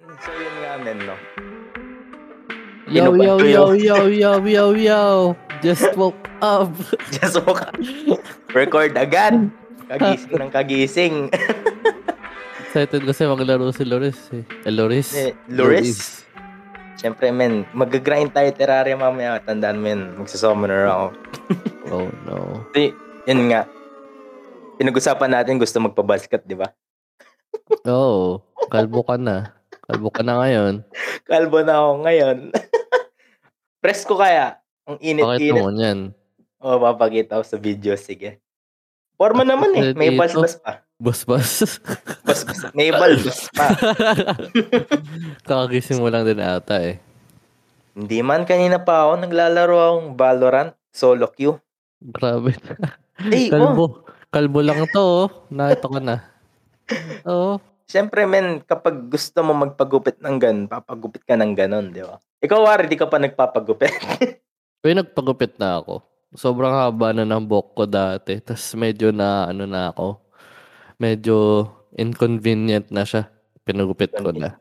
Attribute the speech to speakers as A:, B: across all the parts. A: Mm, So yun nga men, no?
B: Yo,
C: Pinupad
B: yo,
C: ko
B: yo,
C: yun.
B: yo, yo, yo, yo. Just woke up.
C: Just woke up. Record agad. Kagising ng kagising.
B: Excited kasi maglaro si Loris eh. Eh, Loris.
C: Eh, Loris. Siyempre, men. Mag-grind tayo Terraria mamaya. Tandaan, men. Magsasummoner ako.
B: Oh no.
C: Di, yun nga. Pinag-usapan natin gusto magpa-basket, di ba?
B: Oh, kalbo ka na. Kalbo ka na ngayon.
C: Kalbo na ako ngayon. Presko kaya. Ang
B: Pakita
C: init-init.
B: mo yan.
C: O, papakita ko sa video. Sige. Forma naman eh. May
B: Dito.
C: balbas pa.
B: Bas-bas.
C: Basbas. May balbas pa.
B: Kakagising mo lang din ata eh.
C: Hindi man. Kanina pa ako naglalaro akong Valorant. Solo queue.
B: Grabe.
C: Eh, oh.
B: Kalbo. Kalbo lang to oh. Nakita ko na. Oo.
C: Siyempre, men, kapag gusto mo magpagupit ng gan, papagupit ka ng ganon, di ba? Ikaw, Wari, di ka pa nagpapagupit.
B: Pero nagpagupit na ako. Sobrang haba na ng buhok ko dati. Tapos medyo na ano na ako. Medyo inconvenient na siya. Pinagupit ko na.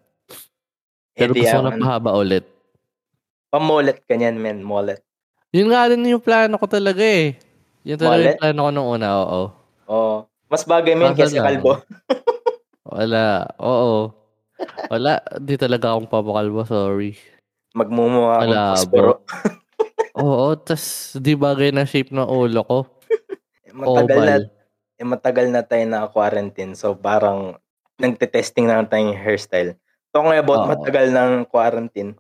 B: Pero
C: Hindi
B: gusto ko
C: ako.
B: na pahaba ulit.
C: Pamolet ka niyan, men. Molet.
B: Yun nga rin yung plano ko talaga eh. Yun talaga yung plano ko nung una, oo.
C: Oo. Oh, Mas bagay, men,
B: Basta
C: kaysa
B: lang.
C: kalbo.
B: Wala, oo. Wala, di talaga akong papakalbo, sorry.
C: Magmumuha akong
B: Wala,
C: posporo.
B: Oo, tas di bagay na shape ng ulo ko.
C: Matagal na,
B: Oval.
C: eh, matagal na tayo naka-quarantine. So, parang nagte-testing na lang tayong hairstyle. Talking about
B: Oo.
C: matagal ng quarantine,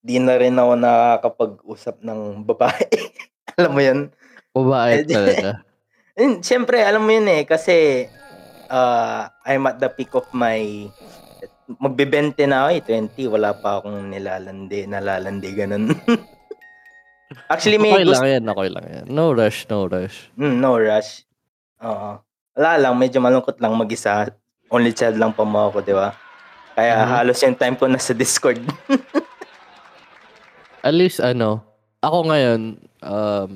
C: di na rin ako nakakapag-usap ng babae. Alam mo yun?
B: Babae
C: Pwede.
B: talaga.
C: And, syempre, alam mo yun eh, kasi ah, I'm at the peak of my magbe-20 na ako eh, 20, wala pa akong nilalandi, nalalandi, ganun. Actually, may
B: Okay
C: gusto,
B: lang yan, okay lang yan. No rush, no rush.
C: Mm, no rush. Oo. Wala lang, medyo malungkot lang mag-isa. Only child lang pa mo ako, di ba? Kaya
B: Mhm.
C: halos yung time ko nasa Discord.
B: At least ano, ako ngayon, um,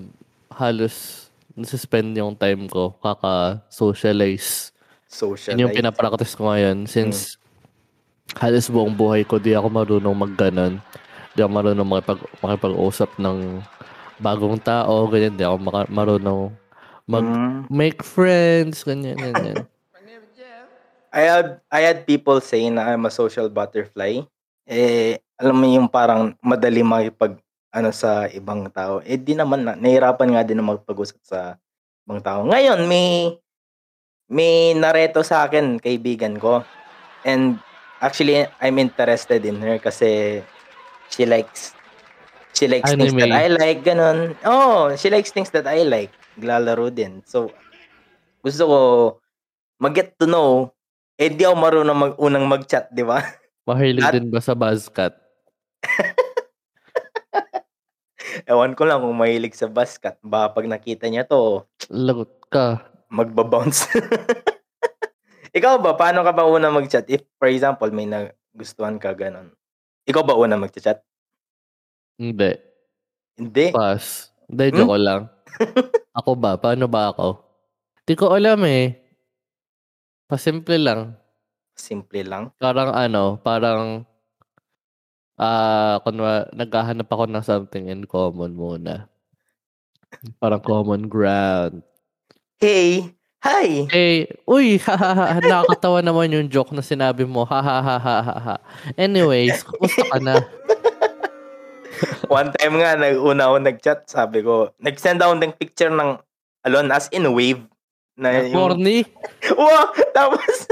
B: halos nasuspend yung time ko kaka-socialize.
C: Social.
B: Yun yung
C: life.
B: pinapractice ko ngayon since halos buong buhay ko di ako marunong magganon. Di ako marunong makipag, makipag-usap ng bagong tao, ganyan. Di ako maka- marunong mag-
C: Mm.
B: make friends, ganyan, ganyan.
C: I had I had people say na I'm a social butterfly. Eh alam mo yung parang madali makipag ano sa ibang tao. Eh di naman na nahirapan nga din na magpag-usap sa ibang tao. Ngayon may may nareto sa akin kaibigan ko. And actually I'm interested in her kasi she likes she likes things
B: Anime.
C: that I like ganun. Oh, she likes things that I like. Naglalaro din. So gusto ko mag-get to know eh di ako marunong mag unang mag-chat, di ba?
B: Mahilig
C: At-
B: din ba sa buzzcut?
C: Ewan ko lang kung mahilig sa basket. Ba pag nakita niya to,
B: Lagot ka.
C: magbabounce. Ikaw ba, paano ka ba unang mag-chat? If, for example, may nagustuhan ka ganun. Ikaw ba unang mag-chat?
B: Hindi.
C: Hindi.
B: Pass. Hindi, joke ko lang. Ako ba? Paano ba ako? Di ko alam eh. Pasimple lang.
C: Simple lang.
B: Parang ano, parang ah kunwa, naghahanap ako ng something in common muna. Parang common ground.
C: Hey! Hi!
B: Eh, uy, hahaha, nakakatawa naman yung joke na sinabi mo. Hahaha. Anyways, kumusta ka na?
C: One time nga, nag-una ako nag-chat, sabi ko, nag-send ako ng picture ng, alon, as in wave. Na yung,
B: Corny?
C: wow! Tapos,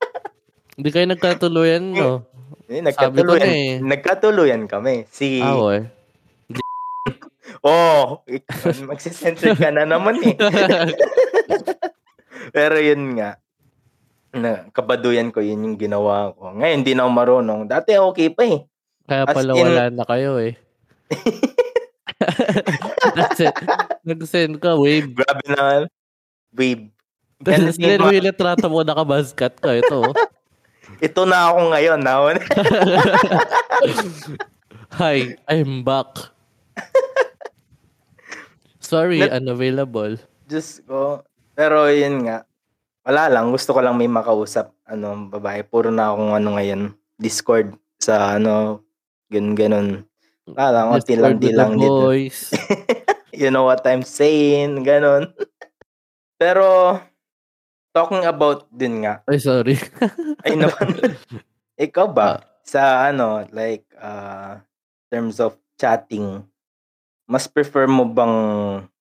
B: Hindi kayo nagkatuluyan, no?
C: eh,
B: Sabi ko na
C: nagkatuluyan.
B: eh.
C: Nagkatuluyan kami. Si,
B: Ah, oy.
C: Oo. Oh, magsisentry ka na naman eh. Pero yun nga. Na, kabaduyan ko, yun yung ginawa ko. Ngayon, di na ako marunong. Dati okay pa eh.
B: Kaya
C: As
B: pala
C: in-
B: wala na kayo eh. That's it. Nag-send ka, wave.
C: Grabe na. Babe. Ganun
B: Tapos
C: yung mga-
B: nilwi trato mo, nakabaskat ka. Ito, oh.
C: Ito na ako ngayon. Na.
B: hi, I'm back. Sorry,
C: Let-
B: unavailable.
C: Diyos ko. Pero yun nga. Wala lang. Gusto ko lang may makausap. Ano, babae. Puro na akong ano ngayon. Discord sa ano, ganun ganun. Wala, konti
B: Discord
C: lang,
B: with
C: di
B: the
C: lang Oh, dito.
B: boys.
C: you know what I'm saying, ganun. Pero, talking about din nga,
B: Ay, sorry.
C: ay naman, ikaw ba, sa ano, like, uh, terms of chatting, mas prefer mo bang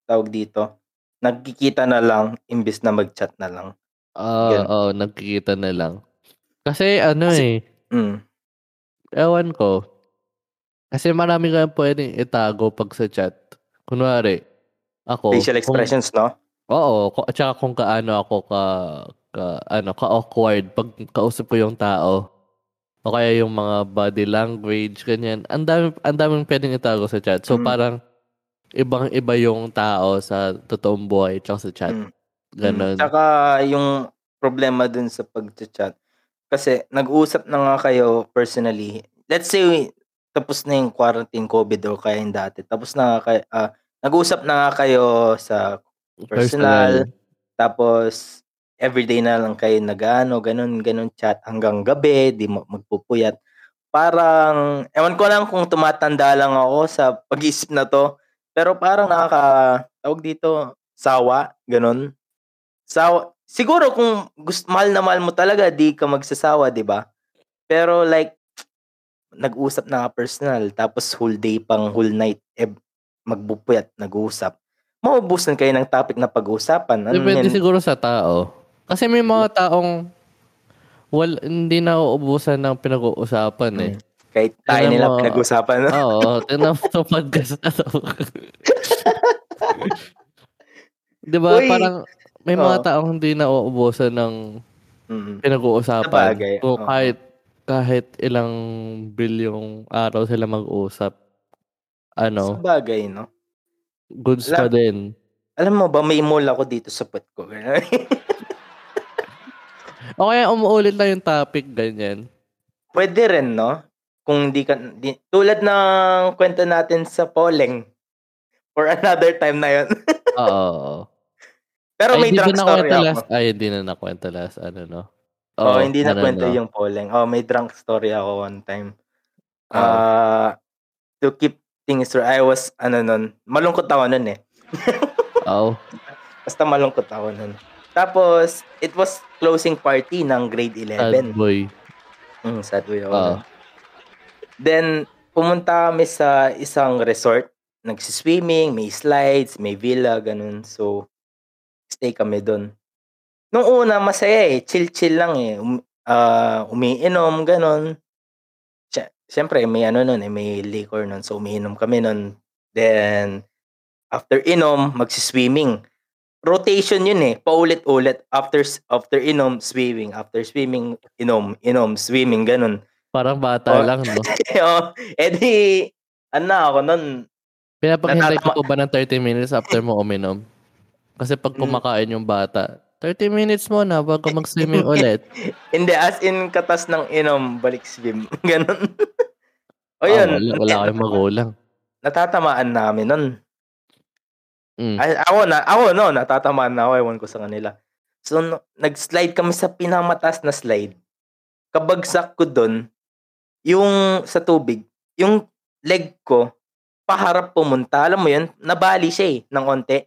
C: tawag dito? Nagkikita na lang, imbis na mag-chat na lang.
B: Oo,
C: Ganun.
B: oo, Ah, oh, nagkikita na lang. Kasi ano eh,
C: Kasi- Mm.
B: ewan ko. Kasi marami kang pwedeng itago pag sa chat. Kunwari, ako.
C: Facial
B: Oh, kung-
C: expressions, no?
B: Oo, ko- at saka kung kaano ako ka, ka ano, ka-awkward pag kausap ko yung tao. O kaya yung mga body language, ganyan. Ang dami, ang daming pwedeng itago sa chat. So
C: Mm.
B: parang ibang-iba yung tao sa totoong buhay tsaka sa chat.
C: Mm.
B: Ganon.
C: Tsaka yung problema dun sa pag-chat. Kasi nag-usap na nga kayo personally. Let's say tapos na yung quarantine COVID or kaya yung dati. Tapos na nga kayo, ah, nag-usap na nga kayo sa personal. tapos everyday na lang kayo nag-ano, ganun, ganun chat hanggang gabi, di mo magpupuyat. Parang, ewan ko lang kung tumatanda lang ako sa pag-isip na to, pero parang nakaka, tawag dito, sawa, ganun. Sawa, siguro kung gusto, mahal na mahal mo talaga, di ka magsasawa, di ba? Pero like, nag-usap na ka personal, tapos whole day pang whole night, eh, magbupuyat, nag-uusap. Maubusan kayo ng topic na pag-uusapan. Ano
B: Depende
C: yan?
B: siguro sa tao. Kasi may mga taong well, hindi na uubusan ng pinag-uusapan eh.
C: Kahit tayo
B: Alam
C: nila
B: mo,
C: pinag-usapan. no?
B: Oo, tinan mo itong podcast na to. Di ba,
C: Uy!
B: parang may mga
C: Oo.
B: taong hindi na uubusan ng
C: Mm.
B: pinag-uusapan.
C: Sabagay,
B: Kung
C: oo.
B: kahit, kahit ilang bilyong araw sila mag-uusap, ano,
C: Sabagay, no?
B: goods pa
C: Alam-
B: din.
C: Alam mo ba, may mula ko dito sa put ko. Ganun.
B: O kaya umuulit lang yung topic, ganyan.
C: Pwede rin, no? Kung di ka... Di, tulad ng kwento natin sa polling. For another time na yon.
B: Oo.
C: Pero may
B: hindi ko
C: drunk story
B: nakwento
C: ako.
B: last, ay, hindi na nakwento last, ano, no?
C: Oh,
B: Oo,
C: hindi na
B: ano,
C: kwento
B: no?
C: yung polling. Oh, may drunk story ako one time.
B: Oo.
C: Ah, to keep things straight, I was, ano nun, malungkot ako nun eh.
B: Oo.
C: Basta malungkot ako nun. Tapos, it was closing party ng grade 11.
B: Sad boy.
C: Mm, sad way ako.
B: Oo.
C: nun. Then, pumunta kami sa isang resort. Nagsiswimming, may slides, may villa, ganun. So, stay kami doon. Nung una, masaya eh. Chill-chill lang eh. Um, ah, umiinom, ganun. Siya- Siyempre, may ano nun eh, may liquor nun. So, umiinom kami nun. Then, after inom, magsiswimming. Rotation yun eh. Paulit-ulit. After, s- after inom, swimming. After swimming, inom, inom, swimming, ganun.
B: Parang bata
C: Oo.
B: lang, no?
C: Oo. eh di, ano ako nun,
B: Pinapaghintay ka
C: Natatama-
B: po ba ng 30 minutes after mo uminom? Kasi pag
C: Mm.
B: kumakain yung bata, 30 minutes mo na bago mag-swimming ulit.
C: hindi as in katas ng inom, balik swim. Ganun. o
B: Ah,
C: Oh, yun,
B: wala, wala kayong magulang.
C: natatamaan namin nun.
B: Mm.
C: Ay, ako na, ako no, natatamaan na ako, ewan ko sa kanila. So, no, nag-slide kami sa pinamatas na slide. Kabagsak ko doon, yung sa tubig, yung leg ko, paharap pumunta. Alam mo yun, nabali siya eh, ng onte.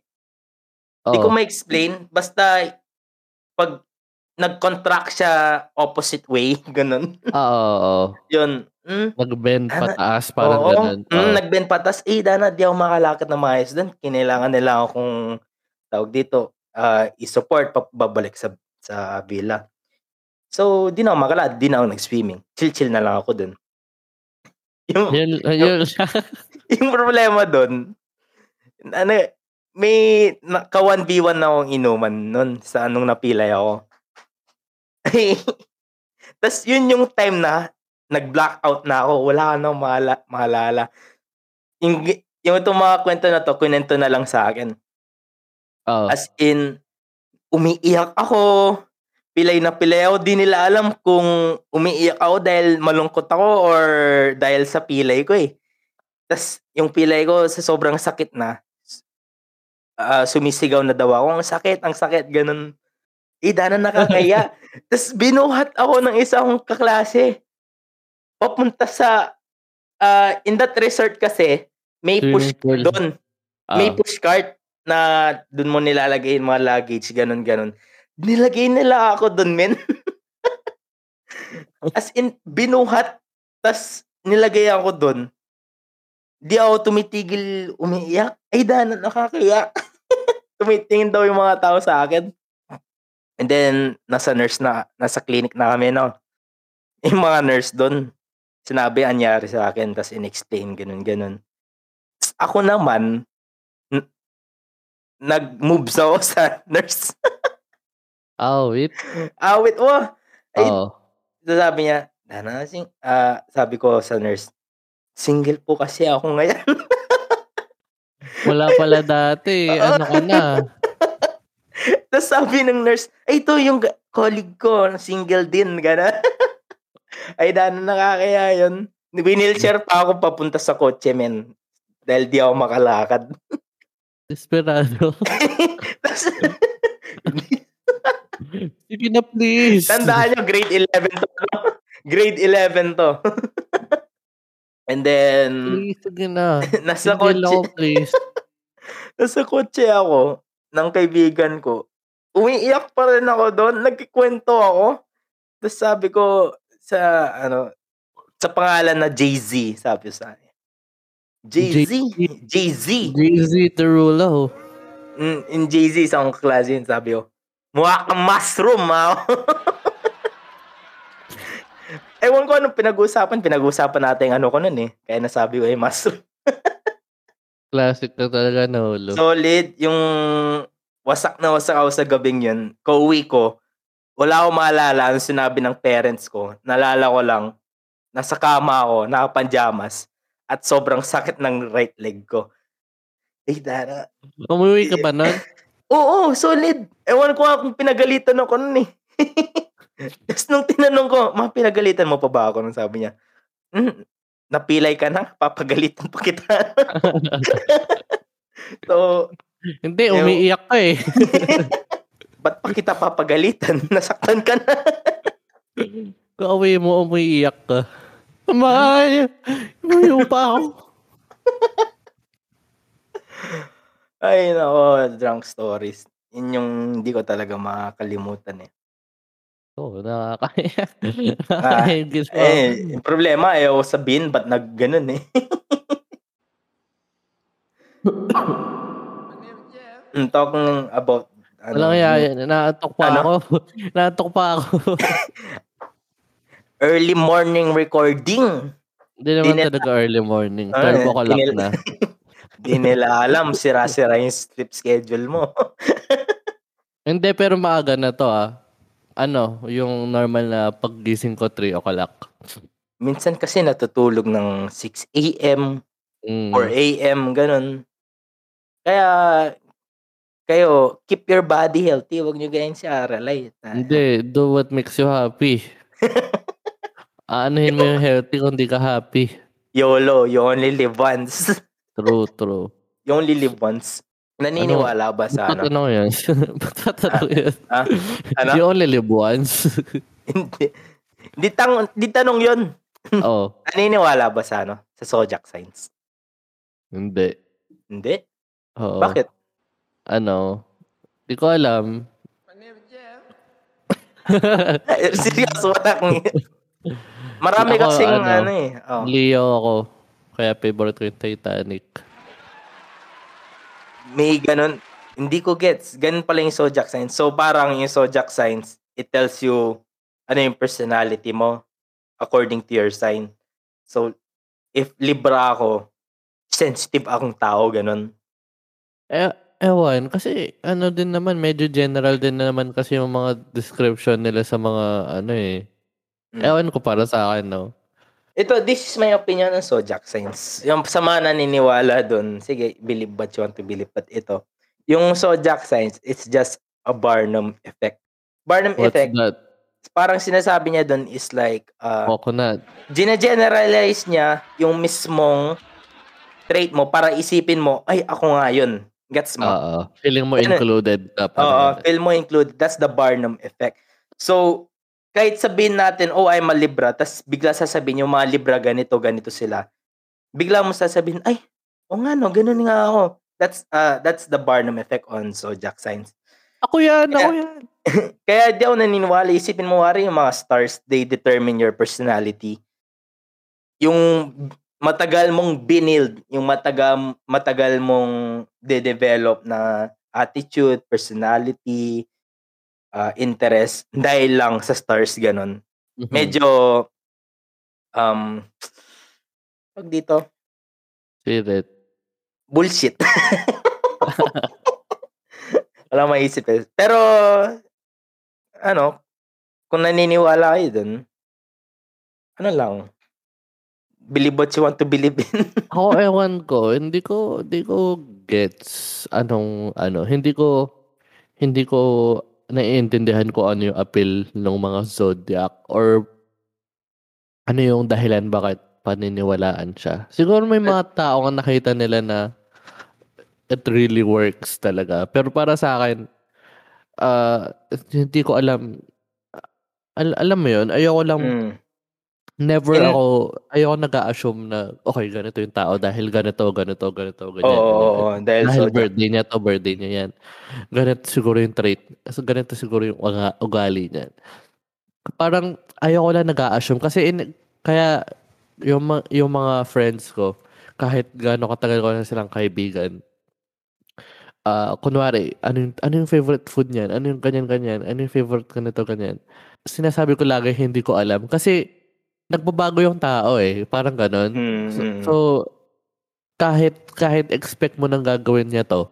C: Hindi ko
B: Oo.
C: ma-explain. Basta, pag nag-contract siya opposite way, ganun.
B: Ah, Oo, oo.
C: Yun. Mm,
B: Nag-bend
C: Ah,
B: pataas, parang
C: oo.
B: ganun. Oh.
C: Mm,
B: Oo.
C: nag-bend patas. Eh, Dana, di ako makalakad na maayos doon. Kinailangan nila akong tawag dito, ah, i-support pababalik sa, sa villa. So, di na ako makalakad. Di na ako nag-swimming. Chill-chill na lang ako doon. Yung,
B: Yun, yun.
C: yung problema doon, ano, may naka 1v1 na akong inuman noon sa anong napilay ako. Tapos yun yung time na nag-blackout na ako. Wala ka nang mahala, mahalala. Yung, yung itong mga kwento na to, kunento na lang sa akin.
B: Oo.
C: As in, umiiyak ako. Pilay na pilay ako. Di nila alam kung umiiyak ako dahil malungkot ako or dahil sa pilay ko eh. Tapos yung pilay ko sa sobrang sakit na, ah, sumisigaw na daw ako. Ang sakit, ang sakit, ganun. Eh, dana nakakaya. Tapos binuhat ako ng isa kong kaklase. papunta sa ah, in that resort kasi may push
B: Swimming pool.
C: doon
B: Ah,
C: may push cart na doon mo nilalagay yung mga luggage, ganun, ganun. Nilagay nila ako doon, men. As in, binuhat, tas nilagay ako doon. Di ako tumitigil, umiiyak. Ay, dana, nakakaiyak. Tumitingin daw yung mga tao sa akin. And then, nasa nurse na, nasa clinic na kami, no? Yung mga nurse doon, sinabi anyari sa akin, tas in-explain, ganun, ganun. Tas Ako naman, nag-move sa ako sa nurse.
B: ah, wait.
C: Awit, oh. Ay,
B: Oo.
C: So, sabi niya, Dana, sing, ah, sabi ko sa nurse, single po kasi ako ngayon.
B: Wala pala dati.
C: Oo.
B: ano ka na?
C: Tapos sabi ng nurse, ay ito yung ga- colleague ko, single din, gana. ay, Dana, nakakaya yun. Winilchair pa ako papunta sa kotse, men. Dahil di ako makalakad.
B: Desperado.
C: Tapos,
B: Sige na, please.
C: Tandaan nyo, grade 11 to. no? Grade 11 to. And then,
B: Please, sige na.
C: nasa
B: Sige
C: kotse.
B: lang, please.
C: Nasa kotse ako ng kaibigan ko. Umiiyak pa rin ako doon. Nagkikwento ako. Tapos sabi ko sa, ano, sa pangalan na Jay-Z, sabi ko sa akin. Jay-Z? Jay-Z.
B: Jay-Z Derulo.
C: Mm, in Jay-Z, isang klase yun, sabi ko. Mukha kang mushroom, ha? Ewan ko anong pinag-uusapan. Pinag-uusapan natin yung ano ko nun eh. Kaya nasabi ko ay mushroom.
B: Classic na talaga na ulo.
C: Solid. Yung wasak na wasak ako sa gabing yun. Kauwi ko. Wala akong maalala ang sinabi ng parents ko. Nalala ko lang. Nasa kama ako. Nakapanjamas. At sobrang sakit ng right leg ko. Eh, Dara.
B: Umuwi ka ba nun?
C: Oo, solid. Ewan ko nga kung pinagalitan ako nun eh. Tapos nung tinanong ko, ma, pinagalitan mo pa ba ako? Nung sabi niya, "Mm, napilay ka na, papagalitan pa kita. so,
B: Hindi,
C: Ew.
B: umiiyak ka eh.
C: ba't pa kita papagalitan? Nasaktan ka na.
B: Kauwi mo, umiiyak ka. Mahal! Umiiyak pa ako.
C: Ay, nako, drunk stories. Yun yung hindi ko talaga makakalimutan eh.
B: Oo, oh, nakakaya. Nakakaya.
C: Eh, yung problema, ayaw ko sabihin, ba't nagganon eh. Mm, talking about ano,
B: Walang yaya. Naatok pa
C: Ano?
B: ako. Naatok pa ako.
C: early morning recording.
B: Hindi naman
C: Dinel-
B: talaga early morning.
C: Ah,
B: 12 o'clock
C: dinel-
B: na.
C: Di nila alam, sira-sira yung sleep schedule mo.
B: Hindi, pero maaga na to ah. Ano, yung normal na paggising ko 3 o'clock.
C: Minsan kasi natutulog ng 6 a.m.
B: Mm.
C: or eh, a.m. ganun. Kaya, kayo, keep your body healthy. Huwag nyo ganyan siya aralay. eh.
B: Hindi, do what makes you happy. Aanuhin mo yung healthy kung di ka happy.
C: YOLO, you only live once.
B: True, true.
C: you only live once.
B: Ano?
C: Naniniwala ba sa ano?
B: Patanong yan. Ba't Patanong yan.
C: Ah, ano?
B: You only live once.
C: Hindi. Di, tang, di tanong yun.
B: Oo,
C: Naniniwala ba sa ano? Sa zodiac signs?
B: hindi.
C: Hindi?
B: Oo.
C: Bakit?
B: Ano? Di ko alam.
C: Eh, Seryoso ba lang? Marami
B: Ako,
C: kasing
B: ano,
C: ano, eh. Oh.
B: Leo ako. Kaya favorite ko yung Titanic.
C: May ganun. Hindi ko gets. Ganun pala yung zodiac signs. So parang yung zodiac signs, it tells you ano yung personality mo according to your sign. So if Libra ako, sensitive akong tao, ganun.
B: Eh, ewan. Kasi ano din naman, medyo general din naman kasi yung mga description nila sa mga ano eh.
C: Mm.
B: Ewan ko para sa akin, no?
C: Ito, this is my opinion on zodiac signs. Yung sa mga naniniwala doon, sige, believe what you want to believe, but ito. Yung zodiac signs, it's just a Barnum effect. Barnum
B: What's
C: effect,
B: that?
C: parang sinasabi niya doon is like, uh,
B: Coconut.
C: gina-generalize niya yung mismong trait mo para isipin mo, ay, ako nga yun. Gets mo?
B: Oo. Feeling mo
C: Ah. Ano?
B: included ka.
C: Oo,
B: parang ganun.
C: film mo included. That's the Barnum effect. So, kahit sabihin natin, oh, I'm a Libra, tas bigla sasabihin yung mga Libra, ganito, ganito sila. Bigla mo sasabihin, ay, oh nga no, ganun nga ako. That's uh, that's the Barnum effect on zodiac signs.
B: Ako yan,
C: Kaya-
B: ako yan.
C: Kaya di ako naniniwala. Isipin mo, wari yung mga stars, they determine your personality. Yung matagal mong binild, yung matagal, matagal mong de-develop na attitude, personality, uh, interest, dahil lang sa stars, ganun.
B: Mhm.
C: Medyo, um, pag dito,
B: Spirit.
C: bullshit. Wala maisip eh. Pero, ano, kung naniniwala kayo dun, ano lang, believe what you want to believe in.
B: Ako, ewan ko. Hindi ko, hindi ko gets anong, ano. Hindi ko, hindi ko naiintindihan ko ano yung appeal ng mga zodiac or ano yung dahilan bakit paniniwalaan siya. Siguro may mga tao na nakita nila na it really works talaga. Pero para sa akin, ah, hindi ko alam. Al- alam mo yun, ayoko lang
C: Mm.
B: Never
C: Kaya-
B: ako, ayoko nag-a-assume na, okay, ganito yung tao dahil ganito, ganito, ganito,
C: Oo,
B: ganyan.
C: oo,
B: ganyan.
C: oo, dahil
B: Dahil
C: so,
B: birthday niya to, birthday niya yan. Ganito siguro yung trait. So, ganito siguro yung uga- ugali niya. Parang ayoko lang nag-a-assume. Kasi in, kaya yung, ma- yung mga friends ko, kahit gaano katagal ko na silang kaibigan, ah kunwari, ano yung, ano yung favorite food niyan? Ano yung ganyan-ganyan? Ano yung favorite ganito, ganyan? Sinasabi ko lagi, hindi ko alam. Kasi, nagbabago yung tao eh. Parang ganon.
C: mm,
B: So,
C: mm.
B: so, kahit kahit expect mo nang gagawin niya to,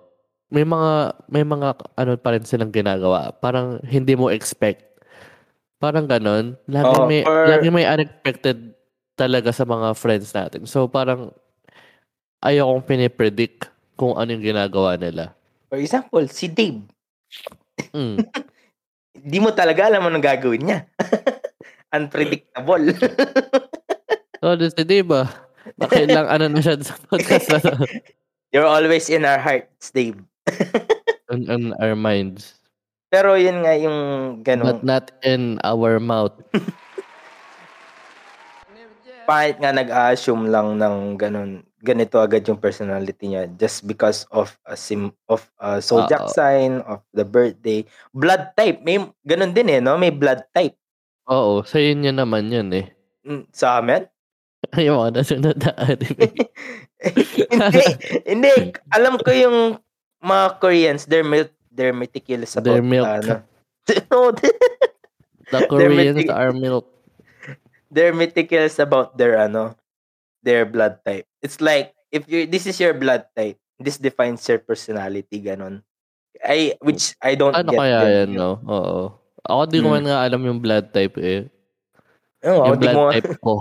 B: may mga may mga ano pa rin silang ginagawa. Parang hindi mo expect. Parang ganon. Lagi
C: Oo,
B: may
C: or-
B: lagi may unexpected talaga sa mga friends natin. So parang ayokong pinipredict kung ano yung ginagawa nila.
C: for example, si Dave,
B: Mm.
C: di mo talaga alam ano gagawin niya. Unpredictable.
B: So, this, di ba? Nakilang ano na siya sa podcast na to.
C: You're always in our hearts, Dave.
B: On, on our minds.
C: Pero yun nga yung ganun.
B: But not in our mouth.
C: pangit nga nag-assume lang ng ganun ganito agad yung personality niya just because of a sim of a zodiac
B: Oo.
C: sign of the birthday blood type may ganun din eh no may blood type
B: Oo, sa inyo naman yun eh.
C: Mm, sa amin
B: Yung mga nasunod na anime.
C: hindi hindi alam ko yung mga Koreans they're mil- they're meticulous about
B: They're milk.
C: ano. No,
B: The
C: They're
B: Koreans
C: matig-
B: are milk.
C: they're meticulous about their ano their blood type. It's like if you this is your blood type, this defines your personality ganun. I which I don't
B: Ano
C: get.
B: kaya
C: din.
B: yan, no? Oo. Ako di ko
C: Hmm.
B: man nga alam yung blood type eh.
C: Oo, ako,
B: yung
C: di
B: blood
C: ko, nga-
B: type ko.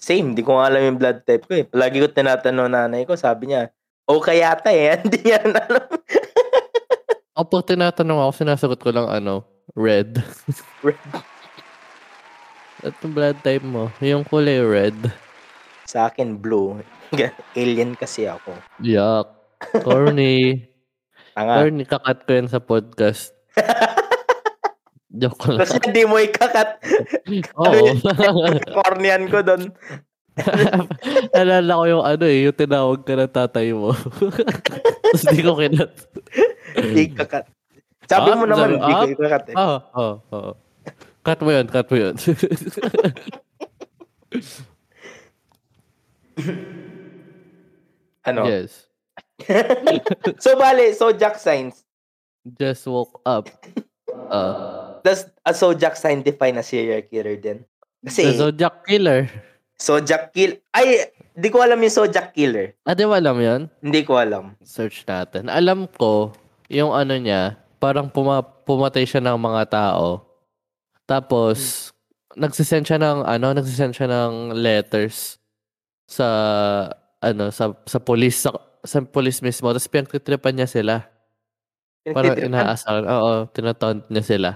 C: same, di ko nga alam yung blood type ko eh. Palagi ko tinatanong nanay ko, sabi niya, o kaya yata eh, hindi niya rin alam.
B: Ako Oh, pag tinatanong ako, sinasagot ko lang ano, red.
C: Red.
B: At yung blood type mo, yung kulay red.
C: Sa akin, blue. Alien kasi ako.
B: Yuck. Corny.
C: Tanga.
B: Corny, kakat ko yan sa podcast. Joke ko lang.
C: Kasi hindi mo ikakat. Ano
B: Oo.
C: Cornean ko doon.
B: Alala ko yung ano eh, yung tinawag ka ng tatay mo. Tapos di ko kinat.
C: Hindi kakat. Sabi
B: Ah,
C: mo naman,
B: sabi-
C: hindi ko
B: ah.
C: ikakat eh.
B: Oo, oo, oo. Cut mo yun, cut mo yun.
C: Ano?
B: yes.
C: So, bale, zodiac signs.
B: Just woke up. Uh,
C: Does a zodiac sign define a serial killer din?
B: the
C: Kasi,
B: Zodiac Killer.
C: zodiac kill... Ay, di ko alam yung zodiac killer.
B: Ah, di mo alam yun?
C: Hindi ko alam.
B: Search natin. Alam ko, yung ano niya, parang puma- pumatay siya ng mga tao. Tapos, nagsisend siya ng, ano, nagsisend siya ng letters sa, ano, sa, sa police, sa, sa police mismo. Tapos, pinagtitripan niya sila. Parang inaasar. Oo, tinataunt niya sila.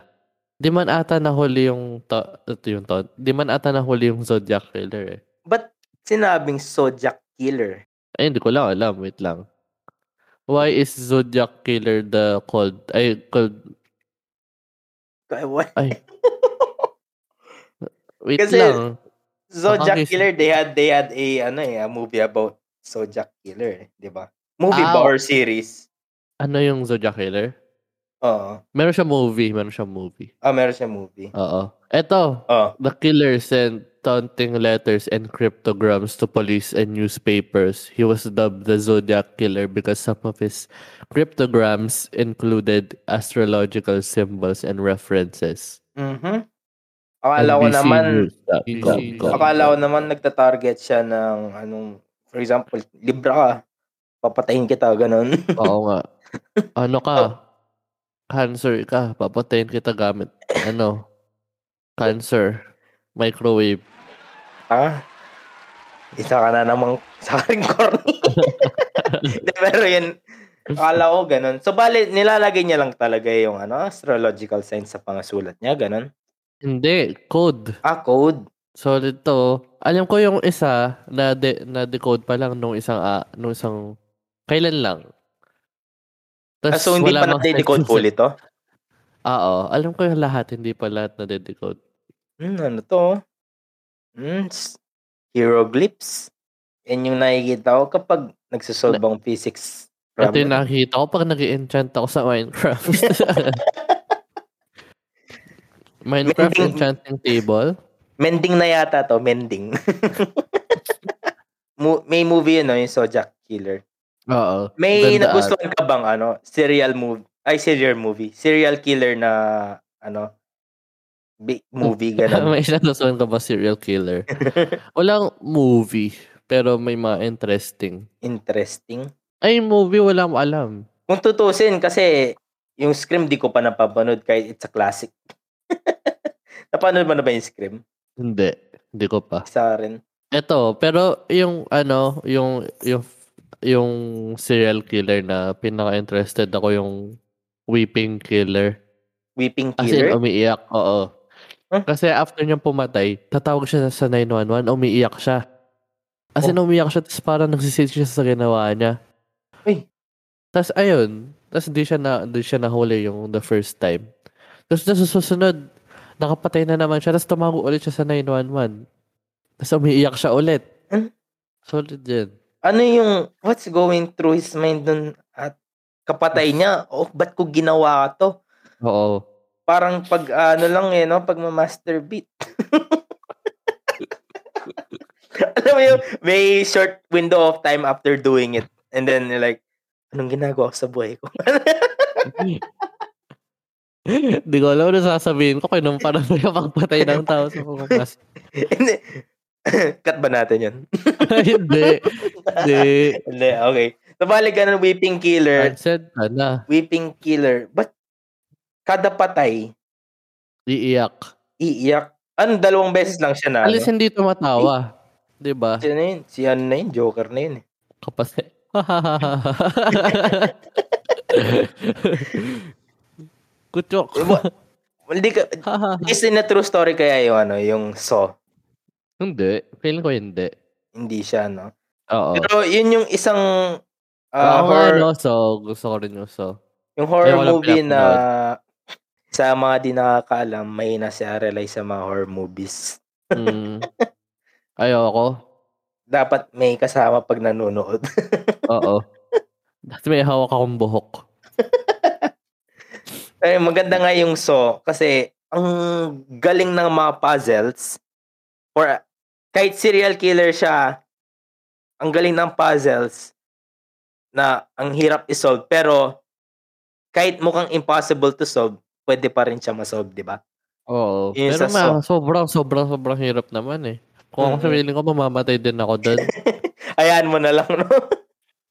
B: Di man ata nahuli yung ta- ito yung taunt. Di man ata nahuli yung Zodiac Killer eh.
C: But sinabing zodiac killer.
B: Ay, hindi ko lang alam. Wait lang. Why is Zodiac Killer the cold? Ay, cold.
C: Kaya what?
B: Ay. Wait
C: Kasi-
B: lang.
C: Zodiac
B: Mukhang
C: Killer, they had they had a ano eh, a movie about Zodiac Killer, eh, 'di ba? Movie
B: Ah,
C: ba
B: oo.
C: or series?
B: Ano yung Zodiac Killer?
C: Oo.
B: Meron siya movie. Meron siya movie.
C: Ah, meron siyang movie.
B: Oo. Eto,
C: Oh,
B: the killer sent taunting letters and cryptograms to police and newspapers. He was dubbed the Zodiac Killer because some of his cryptograms included astrological symbols and references.
C: mhm. Akala ko
B: NBC
C: naman,
B: News dot
A: NBC
B: com,
A: News.
B: com, com.
C: akala ko naman nagta-target siya ng anong for example, Libra ka. Papatayin kita ganun.
B: Oo nga. Ano
C: Oh.
B: ka? Cancer ka. Papatayin kita gamit. Ano? Cancer. Microwave.
C: ah. Isa ka na namang sa akin corny. Hindi, pero yun, akala ko ganun. So, bali, nilalagay niya lang talaga yung ano, astrological signs sa pangasulat niya, ganun.
B: Hindi. Code.
C: Ah, code.
B: Solid to. Alam ko yung isa na de- na decode pa lang nung isang ah, nung isang kailan lang.
C: Ah,
B: Tas
C: so, hindi
B: wala
C: pa oh.
B: mang
C: na-decode
B: sense.
C: fully to?
B: Oo, alam ko yung lahat hindi pa lahat na decode.
C: Hmm, ano to? Hmm, s- hieroglyphs. Yan yung nakikita ko kapag nagsasolve ang physics
B: Ito
C: problem.
B: yung nakikita ko pag nag enchant ako sa Minecraft. Minecraft
C: Mending-
B: enchanting table.
C: Mending na yata to, mending. Mu- may movie yun, no? yung Zodiac Killer.
B: Oo.
C: May
B: Ganda
C: nagustuhan ka bang ano, serial movie? Ay, serial movie. Serial killer na ano, big movie ganun.
B: May nagustuhan ka ba serial killer? Walang movie, pero may mga interesting.
C: Interesting.
B: Ay, movie, wala akong alam.
C: Kung tutusin, kasi yung Scream di ko pa napapanood kahit it's a classic. Napanood mo na ba yung Scream?
B: Hindi. Hindi ko pa.
C: Isa rin.
B: Eto, pero yung ano, yung yung yung serial killer na pinaka-interested ako yung weeping killer.
C: Weeping
B: As in,
C: Killer?
B: umiiyak. Oo.
C: Huh?
B: Kasi after niyang pumatay, tatawag siya sa 911, umiiyak siya. As
C: Oh.
B: in, umiiyak siya, tapos parang nagsisisi siya sa ginawa niya.
C: Uy.
B: Tapos ayun, tapos hindi siya, na, hindi siya nahuli yung the first time. Tapos nasa susunod, nakapatay na naman siya, tapos tumago ulit siya sa 911. Tapos umiiyak siya ulit.
C: Huh?
B: Solid yun.
C: Ano yung, what's going through his mind nun at kapatay niya? Oh, ba't ko ginawa to?
B: Oo.
C: Parang pag ano lang eh, no? Pag ma-masturbate. Alam mo yung, may short window of time after doing it. And then you're like, anong ginagawa ko sa buhay ko?
B: Hindi ko alam ano sasabihin ko kaya nung parang pagpatay ng tao sa pagkakas.
C: Hindi. Cut ba natin yun?
B: Hindi. Hindi.
C: Hindi, okay. So, balik ganun, Weeping Killer.
B: Said ka na.
C: Weeping Killer. But, kada patay,
B: Iiyak.
C: iiyak. Ano, dalawang beses lang siya na. Ano?
B: Alis hindi tumatawa. Di ba?
C: Siya na yun. Si ano na yun, Joker na yun. eh.
B: Kapatay. Kuchok.
C: Hindi ka, is in a true story kaya yung ano, yung so.
B: hindi. Feeling ko hindi.
C: Hindi siya, no?
B: Oo.
C: Pero yun yung isang uh,
B: Oo nga,
C: horror,
B: no? So, gusto ko rin yung so.
C: yung horror
B: Ay, walang
C: movie na
B: pinapanood.
C: sa mga di nakakaalam, may nasiarelay sa mga horror movies.
B: Mm. Ayoko.
C: Dapat may kasama pag nanonood.
B: Oo. Dati may hawak akong buhok.
C: Ay, Eh, maganda nga yung so kasi ang galing ng mga puzzles or kahit serial killer siya, ang galing ng puzzles na ang hirap isolve pero kahit mukhang impossible to solve, pwede pa rin siya masolve, di ba?
B: Oo.
C: Yun
B: Pero
C: sa
B: ma, sobrang, sobrang, sobrang hirap naman eh. Kung ako sa
C: Mm-mm.
B: feeling ko, mamamatay din ako doon.
C: Ayan mo na lang, no?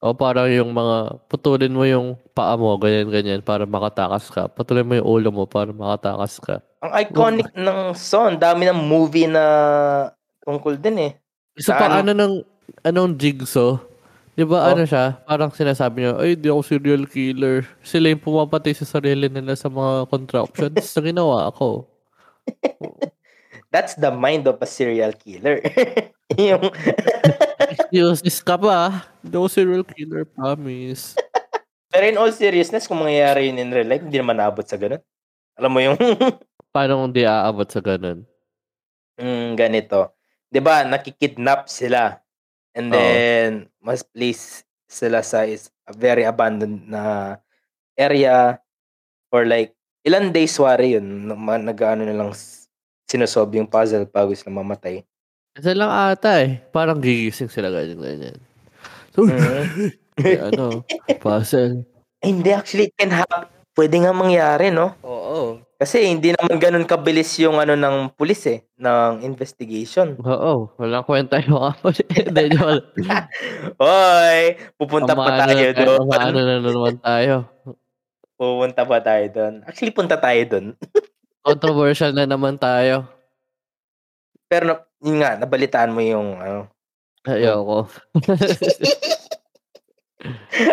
B: O parang yung mga, putulin mo yung paa mo, ganyan, ganyan, para makatakas ka. Putulin mo yung ulo mo para makatakas ka.
C: Ang iconic ng song, dami ng movie na tungkol din eh.
B: Isa
C: Sa
B: pa,
C: ano-
B: ano nang, anong jigsaw? Di ba
C: Oh.
B: ano siya? Parang sinasabi niya, ay, di ako serial killer. Sila yung pumapatay sa sarili nila sa mga contraptions na ginawa ako.
C: That's the mind of a serial killer. yung
B: Excuses ka pa. ah. Di ako serial killer, promise.
C: Pero in all seriousness, kung mangyayari yun in real life, hindi naman naabot sa ganun. Alam mo yung,
B: paano kung di aabot sa ganun?
C: mm, ganito. 'Di ba, nakikidnap sila. And
B: Oo.
C: then mas place sila sa is a very abandoned na area for like ilan days wari yun nung ma- nag-ano na lang s- sinosolve yung puzzle bago sila mamatay.
B: Isa lang ata eh. Parang gigising sila ganyan ganyan. So,
C: Mhm.
B: may ano, puzzle.
C: Eh, hindi actually it can happen. Pwede nga mangyari, no?
B: Oo.
C: Kasi hindi naman ganun kabilis yung ano ng pulis eh, ng investigation.
B: Oo. Walang kwenta yung mga pulis. Hindi, joke lang.
C: Hoy, pupunta pa
B: Ang mga
C: tayo
B: ano- ang mga
C: doon.
B: Ano na naman tayo.
C: Pupunta pa tayo doon. Actually, punta tayo doon.
B: Controversial na naman tayo.
C: Pero na- yun nga, nabalitaan mo yung ano,
B: Ayoko.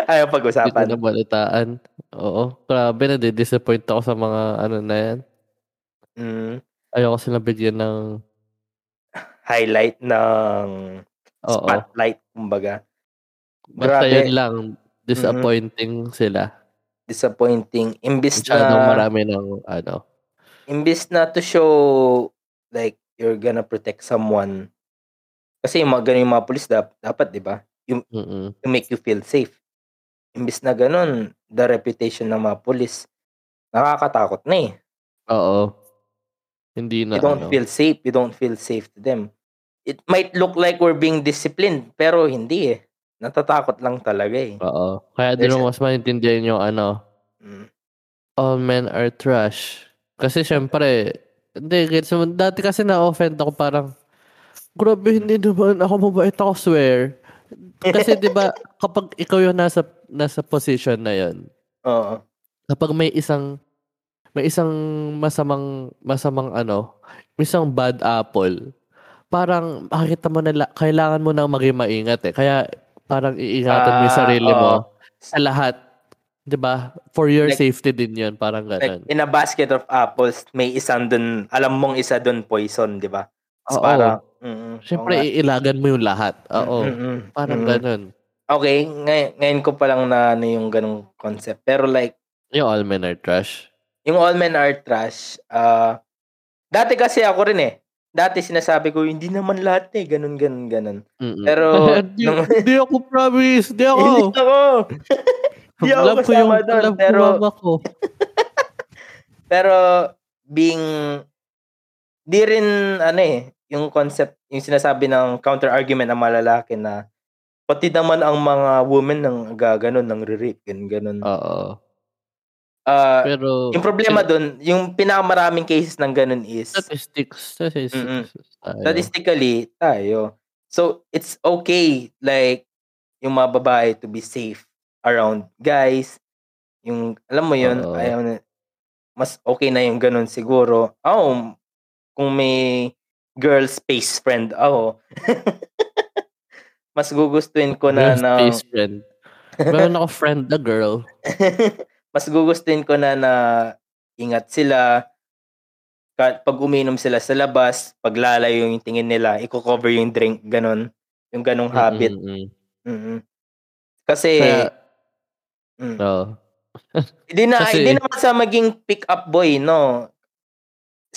C: ayaw
B: Hindi
C: pag-usapan.
B: na balitaan. Oo. Grabe, nadi-disappoint ako sa mga ano na yan.
C: Mm,
B: Ayoko silang bigyan ng...
C: highlight ng
B: Oo.
C: spotlight, kumbaga.
B: Basta
C: Grabe.
B: yun lang. Disappointing sila.
C: Disappointing. Imbis
B: Masyadong
C: na,
B: marami ng ano.
C: imbis na to show like you're gonna protect someone. Kasi yung mga ganun yung mga police, dap- dapat, di ba?
B: Mm-mm.
C: To make you feel safe. Imbis na ganun, the reputation ng mga police, nakakatakot na eh.
B: Oo. Hindi na
C: you don't
B: ano.
C: feel safe. You don't feel safe to them. It might look like we're being disciplined, pero hindi eh. Natatakot lang talaga eh.
B: Oo. Kaya
C: There's
B: din mo mas maintindihan yung ano,
C: Mm.
B: all men are trash. Kasi syempre, hindi, gets mo. Dati kasi na-offend ako parang, grabe, hindi naman ako mabait ako, swear. Kasi di ba kapag ikaw yung nasa, nasa position na yun,
C: Oo.
B: kapag may isang, may isang masamang, masamang ano, isang bad apple, parang makikita mo na, la- kailangan mo nang maging maingat eh. Kaya parang iingatan mo yung
C: Ah,
B: sarili mo
C: oo.
B: sa lahat. 'Di ba For your
C: Like-
B: safety din yun, parang ganun.
C: Like, in a basket of apples, may isang dun, alam mong isa dun poison, di ba? Tapos
B: Oo.
C: parang, mm, oo
B: Siyempre,
C: nga.
B: iilagan mo yung lahat. Oo.
C: Mm-mm,
B: Parang
C: mm-mm.
B: ganun.
C: Okay, ngay- ngayon ko pa lang na ano yung ganung concept. Pero like,
B: Yung all men are trash.
C: yung all men are trash, ah, dati kasi ako rin eh. Dati sinasabi ko, hindi naman lahat eh, ganun, ganun, ganun.
B: Mm-mm.
C: Pero,
B: Di-
C: nung-
B: di ako promise.
C: Hindi
B: Di ako.
C: ako. Hindi ako
B: Love ko yung
C: kasama doon,
B: love
C: pero-
B: ko mama ko.
C: Pero being di rin ano eh, yung concept, yung sinasabi ng counter argument ng mga lalaki na pati naman ang mga women ng gaganon ng re-rape ganun ganun.
B: Oo.
C: Ah,
B: Pero,
C: yung problema doon, yung pinakamaraming cases ng ganun is
B: statistics.
C: Mm-mm.
B: Statistics. tayo.
C: statistically tayo. So it's okay like yung mga babae to be safe around guys. Yung alam mo yun,
B: Oo.
C: ayaw na- mas okay na yung ganun siguro. Oh, kung may girl space friend ako. mas gugustuhin ko na
B: Best
C: ng
B: face friend. Meron ako friend na girl.
C: mas gugustuhin ko na na ingat sila. Ka- Pag uminom sila sa labas, pag lalayo yung tingin nila, i-cover yung drink, ganun. Yung ganung habit. Eh,
B: Mm-mm.
C: Mm-mm. Kasi,
B: Kaya,
C: mm,
B: oo.
C: hindi na,
B: kasi-
C: hindi naman sa maging pick-up boy, no?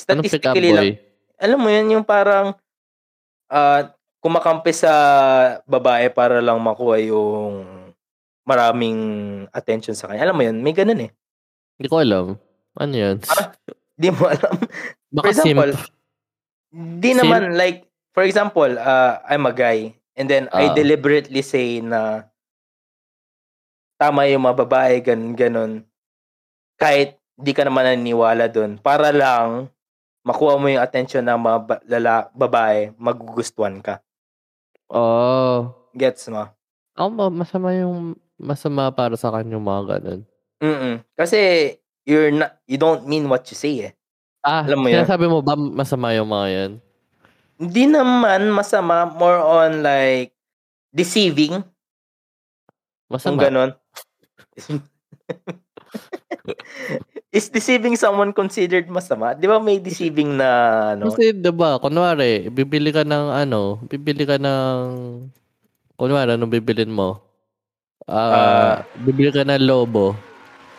B: Anong pick up
C: Statistically lang,
B: boy?
C: alam mo yun, yung parang ah, kumakampi sa babae para lang makuha yung maraming attention sa kanya. Alam mo yun, may ganun eh.
B: Hindi ko alam. Ano yun?
C: Ah, Di mo alam.
B: Baka
C: for
B: simp.
C: example, Di
B: Simp?
C: naman, like, for example, uh, I'm a guy, and then I
B: Ah.
C: deliberately say na tama yung mga babae, ganun, ganun. Kahit di ka naman naniniwala dun. Para lang, makuha mo yung attention ng mga ba- lala, babae, magugustuhan ka.
B: Oo.
C: Gets mo?
B: Oh. Ako, ma- masama yung masama para sa akin yung mga ganun.
C: Mm Kasi, you're not, you don't mean what you say eh.
B: Ah,
C: Alam mo yun?
B: sinasabi mo ba masama yung mga yan?
C: Hindi naman masama, more on like, deceiving, Yung
B: Masama.
C: ganon. Is deceiving someone considered masama? Di ba may deceiving na ano?
B: Kasi, di ba, kunwari, bibili ka ng ano, bibili ka ng, kunwari, anong bibilin mo? Ah, bibili ka ng lobo.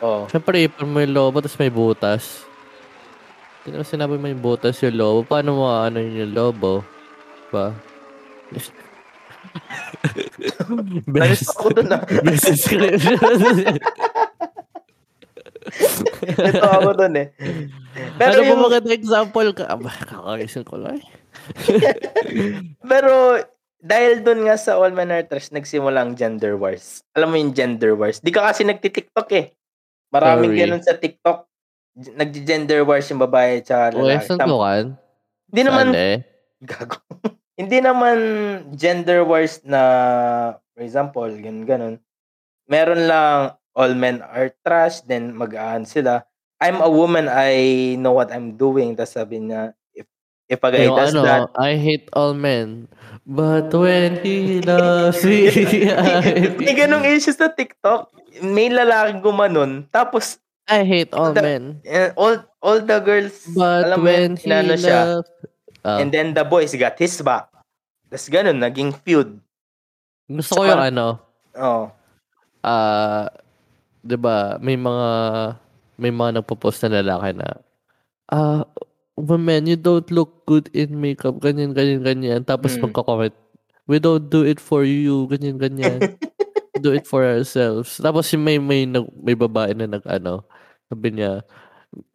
C: Oh.
B: Siyempre, ipon mo yung lobo, tapos may butas. Hindi naman sinabi mo yung butas yung lobo. Paano mo ano yun yung lobo? Ba?
C: Nalis ako dun ah.
B: Best description.
C: Ito ako dun eh. Pero
B: ano
C: yung,
B: ba maganda example ka? Aba, kakaisin ko lang. eh.
C: pero dahil dun nga sa All Men Are Trash, nagsimula ang gender wars. Alam mo yung gender wars. Di ka kasi nagtitiktok eh. Maraming
B: Sorry.
C: ganun sa TikTok. G- Nagdi-gender wars yung babae at saka
B: Uy,
C: lalaki.
B: saan
C: Tam-
B: ko kan?
C: Hindi Ano naman
B: Saan
C: Gago. Hindi naman gender wars na, for example, ganun, ganun. Meron lang, all men are trash, then mag-aan sila. I'm a woman, I know what I'm doing. Tapos sabi niya, if, if a guy
B: Yung
C: does
B: ano,
C: that,
B: I hate all men. But when he loves me,
C: may
B: I,
C: ganong issues na TikTok. May lalaking gumanon. Tapos,
B: I hate all
C: The-
B: men.
C: eh, all all the girls,
B: But
C: alam mo, yun,
B: when he
C: inano
B: loves...
C: siya.
B: Ah,
C: And then the boys got his back. Tapos ganun, naging feud.
B: gusto ko yung ano,
C: Oh.
B: ah, 'di ba, may mga may mga nagpo-post na lalaki na ah, women, you don't look good in makeup, ganyan ganyan ganyan. Tapos
C: Mm.
B: magko-comment, we don't do it for you, ganyan ganyan. do it for ourselves. Tapos yung may may nag- may babae na nag-ano, sabi niya,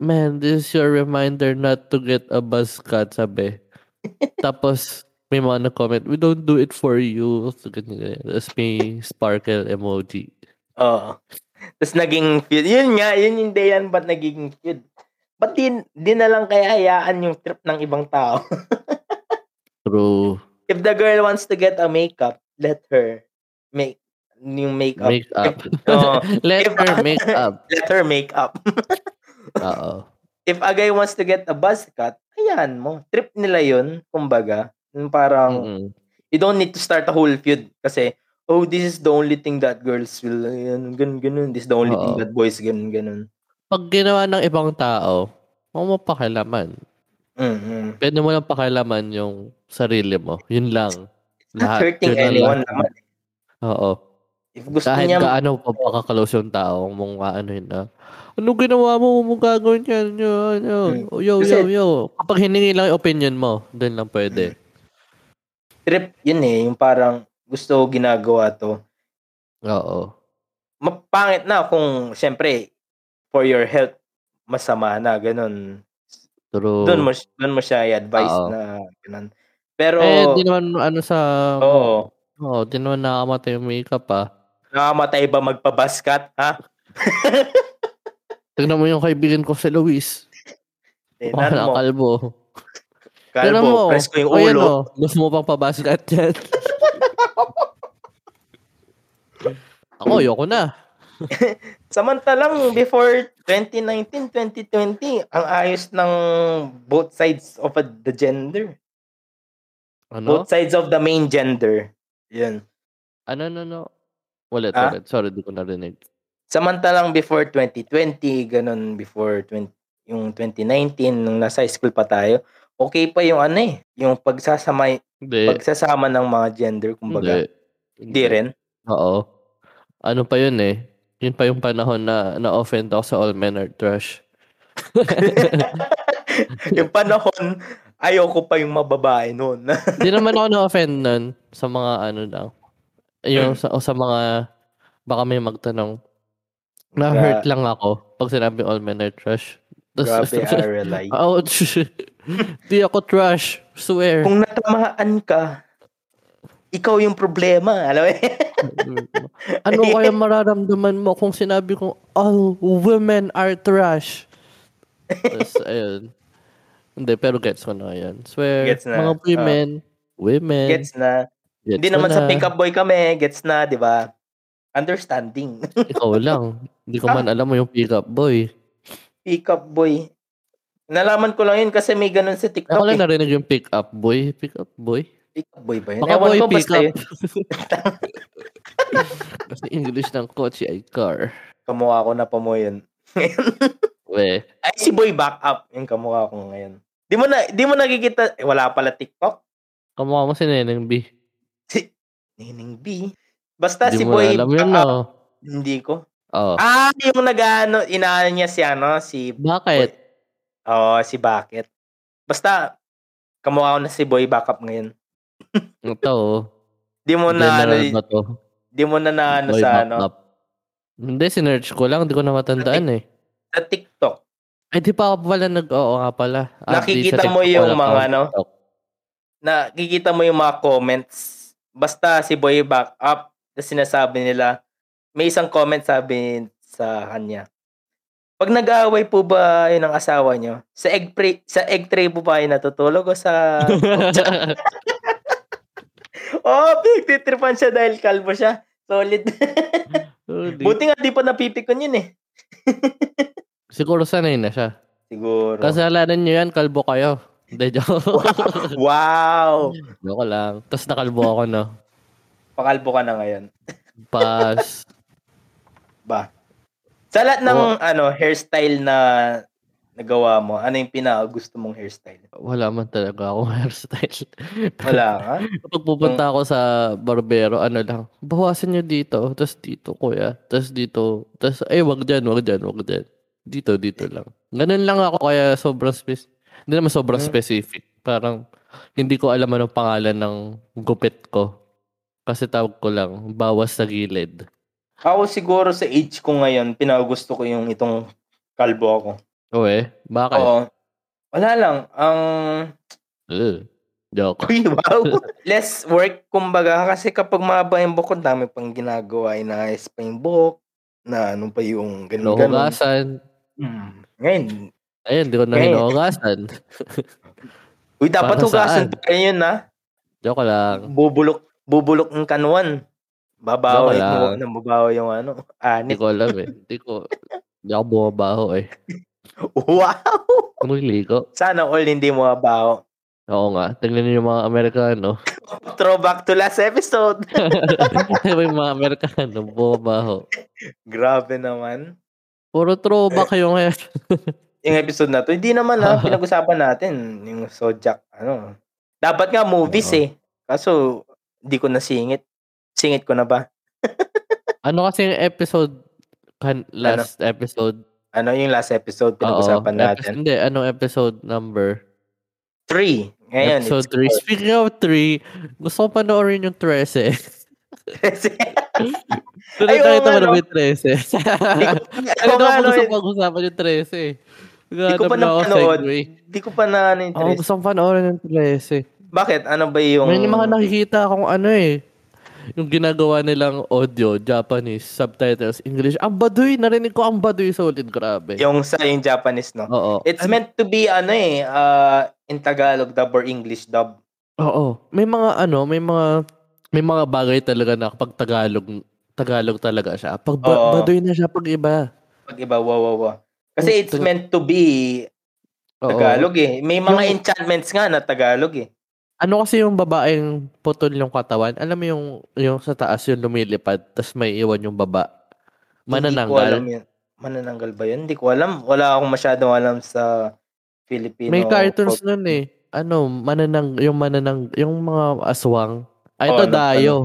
B: man, this is your reminder not to get a buzz cut, sabi. Tapos, may mga na-comment, we don't do it for you. So, ganyan, ganyan. Tapos may sparkle emoji.
C: Oo. Tapos naging feud. Yun nga, yun yung dahilan ba't nagiging feud. Ba't di, di na lang kaya hayaan yung trip ng ibang tao?
B: True.
C: If the girl wants to get a makeup, let her make yung makeup.
B: Make up.
C: Oo.
B: Let
C: If-
B: her make up.
C: let her make up.
B: Oo.
C: If a guy wants to get a buzz cut, ayan mo. Trip nila yun, kumbaga. Yung Parang,
B: Mm-mm.
C: you don't need to start a whole feud kasi, oh, this is the only thing that girls will, ayan, ganun, ganun. This is the only thing
B: Oo.
C: that boys, ganun, ganun.
B: Pag ginawa ng ibang tao, huwag mo pakilaman.
C: Mm-hmm.
B: Pwede mo lang pakilaman yung sarili mo. Yun lang.
C: Ah, Hurting
B: yun ang
C: anyone
B: lahat.
C: naman.
B: Oo.
C: If gusto
B: Kahit
C: niya,
B: kaano pa pakakalose yung tao, mong ano yun na, ano ginawa mo, huwag mong gagawin yan, yo, yo, yo, yo,
C: Hmm. Kasi-
B: yo. Kapag hiningi lang yung opinion mo, doon lang pwede.
C: trip yun eh, yung parang gusto ko ginagawa to. Hmm.
B: Oo.
C: Mapangit na kung, syempre, for your health, masama na, ganun.
B: True.
C: Doon mo, doon mo siya i-advise
B: Oo.
C: na, ganun. Pero,
B: eh, di naman ano sa...
C: oo, oh,
B: Oo, di naman nakamatay yung makeup ah.
C: nakamatay ba magpabaskat, ha?
B: Tignan mo yung kaibigan ko si Luis.
C: Tingnan
B: Wala,
C: Eh, mo,
B: kalbo. Tignan
C: kalbo, press ko yung
B: O, yan,
C: ulo.
B: oh. Gusto mo pang pabaskat yan. Ako, ayoko na.
C: Samantalang before 2019, 2020, ang ayos ng both sides of a- the gender.
B: Ano?
C: Both sides of the main gender. Yun.
B: Ano, ano, ano? Ulit,
C: Ah?
B: ulit. Sorry, di ko narinig.
C: Samantalang before 2020, ganun before 20, yung 2019 nung nasa school pa tayo, okay pa yung ano eh, yung pagsasama
B: Hindi.
C: pagsasama ng mga gender kumbaga.
B: Hindi.
C: Hindi rin.
B: Oo. Ano pa yun eh? Yun pa yung panahon na na-offend ako sa all men are trash.
C: yung panahon ayoko pa yung mababae noon.
B: Hindi naman ako na-offend nun sa mga ano daw. Yung sa, o sa mga, baka may magtanong, na-hurt lang ako pag sinabi all men are trash. Tas-
C: Grabe, Arelay.
B: Ouch! Di ako trash. Swear.
C: Kung natamaan ka, ikaw yung problema, alam mo eh.
B: ano kaya mararamdaman mo kung sinabi kong all women are trash? Tapos, ayun. Hindi, pero gets ko na yun. Swear,
C: Gets na. Ah.
B: mga women, women,
C: Gets na.
B: gets
C: Hindi
B: ko
C: naman sa
B: na.
C: pick-up boy kami, gets na, di ba? Understanding.
B: Ikaw lang. Hindi ko
C: Ah.
B: man alam mo yung pick-up boy.
C: pick-up boy. Nalaman ko lang yun kasi may ganun sa TikTok.
B: Ako lang
C: eh.
B: narinig yung pick-up boy. Pick-up boy?
C: Pick-up boy ba yun?
B: Baka
C: Ewan
B: boy
C: ko, basta
B: pick-up.
C: yun.
B: Kasi English ng kotse ay car.
C: Kamukha ko na pa mo yun.
B: We.
C: Ay, si Boy Backup. Yung kamukha ko ngayon. Di mo na, di mo nakikita, eh, wala pala TikTok.
B: Kamukha mo si Neneng B.
C: Si, Nining B. Basta
B: Hindi
C: si
B: mo
C: Boy
B: na alam yun,
C: Backup.
B: no?
C: Hindi ko.
B: Oh.
C: Ah, yung nag-ano, inaano niya si ano, si
B: Bakit?
C: Oo, si Bucket. Basta, kamukha ko na si Boy Backup ngayon.
B: Ito, oh.
C: Di mo na, ano,
B: General ba to?
C: di mo na na, ano,
B: Boy
C: sa, ano,
B: backup. Hindi, sinerge ko lang. Hindi ko na matandaan eh.
C: sa TikTok.
B: Ay, di pa ako pala nag... Oo nga pala. Ah, di, sa
C: Nakikita mo
B: TikTok
C: yung
B: wala pa
C: mga,
B: ako
C: ano,
B: TikTok.
C: nakikita mo yung mga comments. Basta si Boy back up na sinasabi nila, may isang comment sabi sa kanya. Pag nag-aaway po ba yun ang asawa nyo? Sa egg, pre- sa egg tray po ba yun natutulog o sa... oh, pinagtitripan siya dahil kalbo siya. Solid.
B: Oh, di-
C: Buti nga di pa napipikon yun eh.
B: Siguro sanay na siya.
C: Siguro.
B: Kasalanan niyo yan, kalbo kayo. Hindi, joke.
C: wow!
B: joke lang. Tapos nakalbo ako, no?
C: Pakalbo ka na ngayon.
B: Pas.
C: ba? Sa lahat ng
B: Oo.
C: ano hairstyle na nagawa mo, ano yung pinaka gusto mong hairstyle?
B: Wala man talaga akong hairstyle.
C: Wala ka?
B: Kapag pupunta ako sa barbero, ano lang, bawasan nyo dito, tapos dito, kuya, tapos dito, tapos, ay, wag dyan, wag dyan, wag dyan. Dito, dito lang. Ganun lang ako, kaya sobrang specific. Hindi naman sobrang
C: Mm.
B: specific. Parang, hindi ko alam anong pangalan ng gupit ko. Kasi tawag ko lang, bawas sa gilid.
C: Ako siguro sa age ko ngayon, pinaka gusto ko yung itong kalbo ako.
B: O eh, bakit?
C: Oo. Wala lang. Ang...
B: Eh, Joke.
C: Uy, wow. Less work, kumbaga. Kasi kapag mahaba yung buhok, ang dami pang ginagawa. Inaayos pa yung buhok. Na ano pa yung ganun ganun.
B: Hinuhugasan.
C: Hmm. Ngayon,
B: Ayun, hindi ko na
C: Eh.
B: hinuhugasan.
C: uy, dapat
B: Para
C: hugasan
B: saan?
C: pa kayo yun, ha?
B: Joke lang.
C: Bubulok, bubulok ng kanwan. Babawi,
B: Wala.
C: mo na babawi yung ano, anit.
B: Hindi ko alam eh. Hindi ko, hindi ako bumabaho eh.
C: Wow!
B: Kung ko.
C: Sana all hindi mo mabaho.
B: Oo nga. Tingnan niyo yung mga Amerikano.
C: Throwback to last episode.
B: May mga Amerikano, bumabaho.
C: Grabe naman.
B: Puro throwback
C: Eh.
B: yung eh. hair.
C: Yung episode na to, hindi naman na pinag-usapan natin yung Sojak, ano. Dapat nga movies
B: Oo.
C: eh. Kaso, hindi ko nasingit. Singit ko na ba?
B: Ano kasi yung episode, kan, last episode?
C: Ano yung last episode pinag-usapan
B: Oo.
C: natin?
B: Epi- hindi, anong episode number?
C: Three. Ngayon,
B: episode 3. Speaking of 3, gusto ko panoorin yung 13. Tuloy
C: Ay, oo ano?
B: tayo
C: nga,
B: naman
C: no?
B: yung 13. Ano
C: Ano ba,
B: daw ako
C: ano,
B: gusto
C: eh.
B: pag-usapan yung 13?
C: Hindi ko
B: Gaganap
C: pa
B: na ako
C: napanood.
B: segue.
C: Hindi ko pa na ano
B: Ako
C: interest.
B: gusto kong panoorin yung 13.
C: Bakit? Ano ba yung...
B: May mga nakikita akong ano eh. Yung ginagawa nilang audio, Japanese, subtitles, English. Ang baduy! Narinig ko ang baduy sa ulit. Grabe.
C: Yung sa yung Japanese, no?
B: Oo.
C: It's
B: Ano-
C: meant to be ano eh, uh, in Tagalog dub or English dub.
B: Oo. May mga ano, may mga may mga bagay talaga na kapag Tagalog, Tagalog talaga siya. Pag ba-
C: Oo.
B: baduy na siya pag iba.
C: Pag iba, wow, wow, wow. Kasi it's
B: Taga-
C: meant to be
B: Oo.
C: Tagalog eh. May mga
B: Yung-
C: enchantments nga na Tagalog eh.
B: Ano kasi yung babaeng putol yung katawan? Alam mo yung yung sa taas yung lumilipad tapos may iwan yung baba.
C: Hindi ko alam
B: Manananggal.
C: yun. Manananggal ba yun? Hindi ko alam. Wala akong masyadong alam sa Filipino.
B: May cartoons nun eh. Ano, mananang, yung mananang, yung mga aswang. Ay,
C: Oo,
B: ito,
C: napanood.
B: Dayo.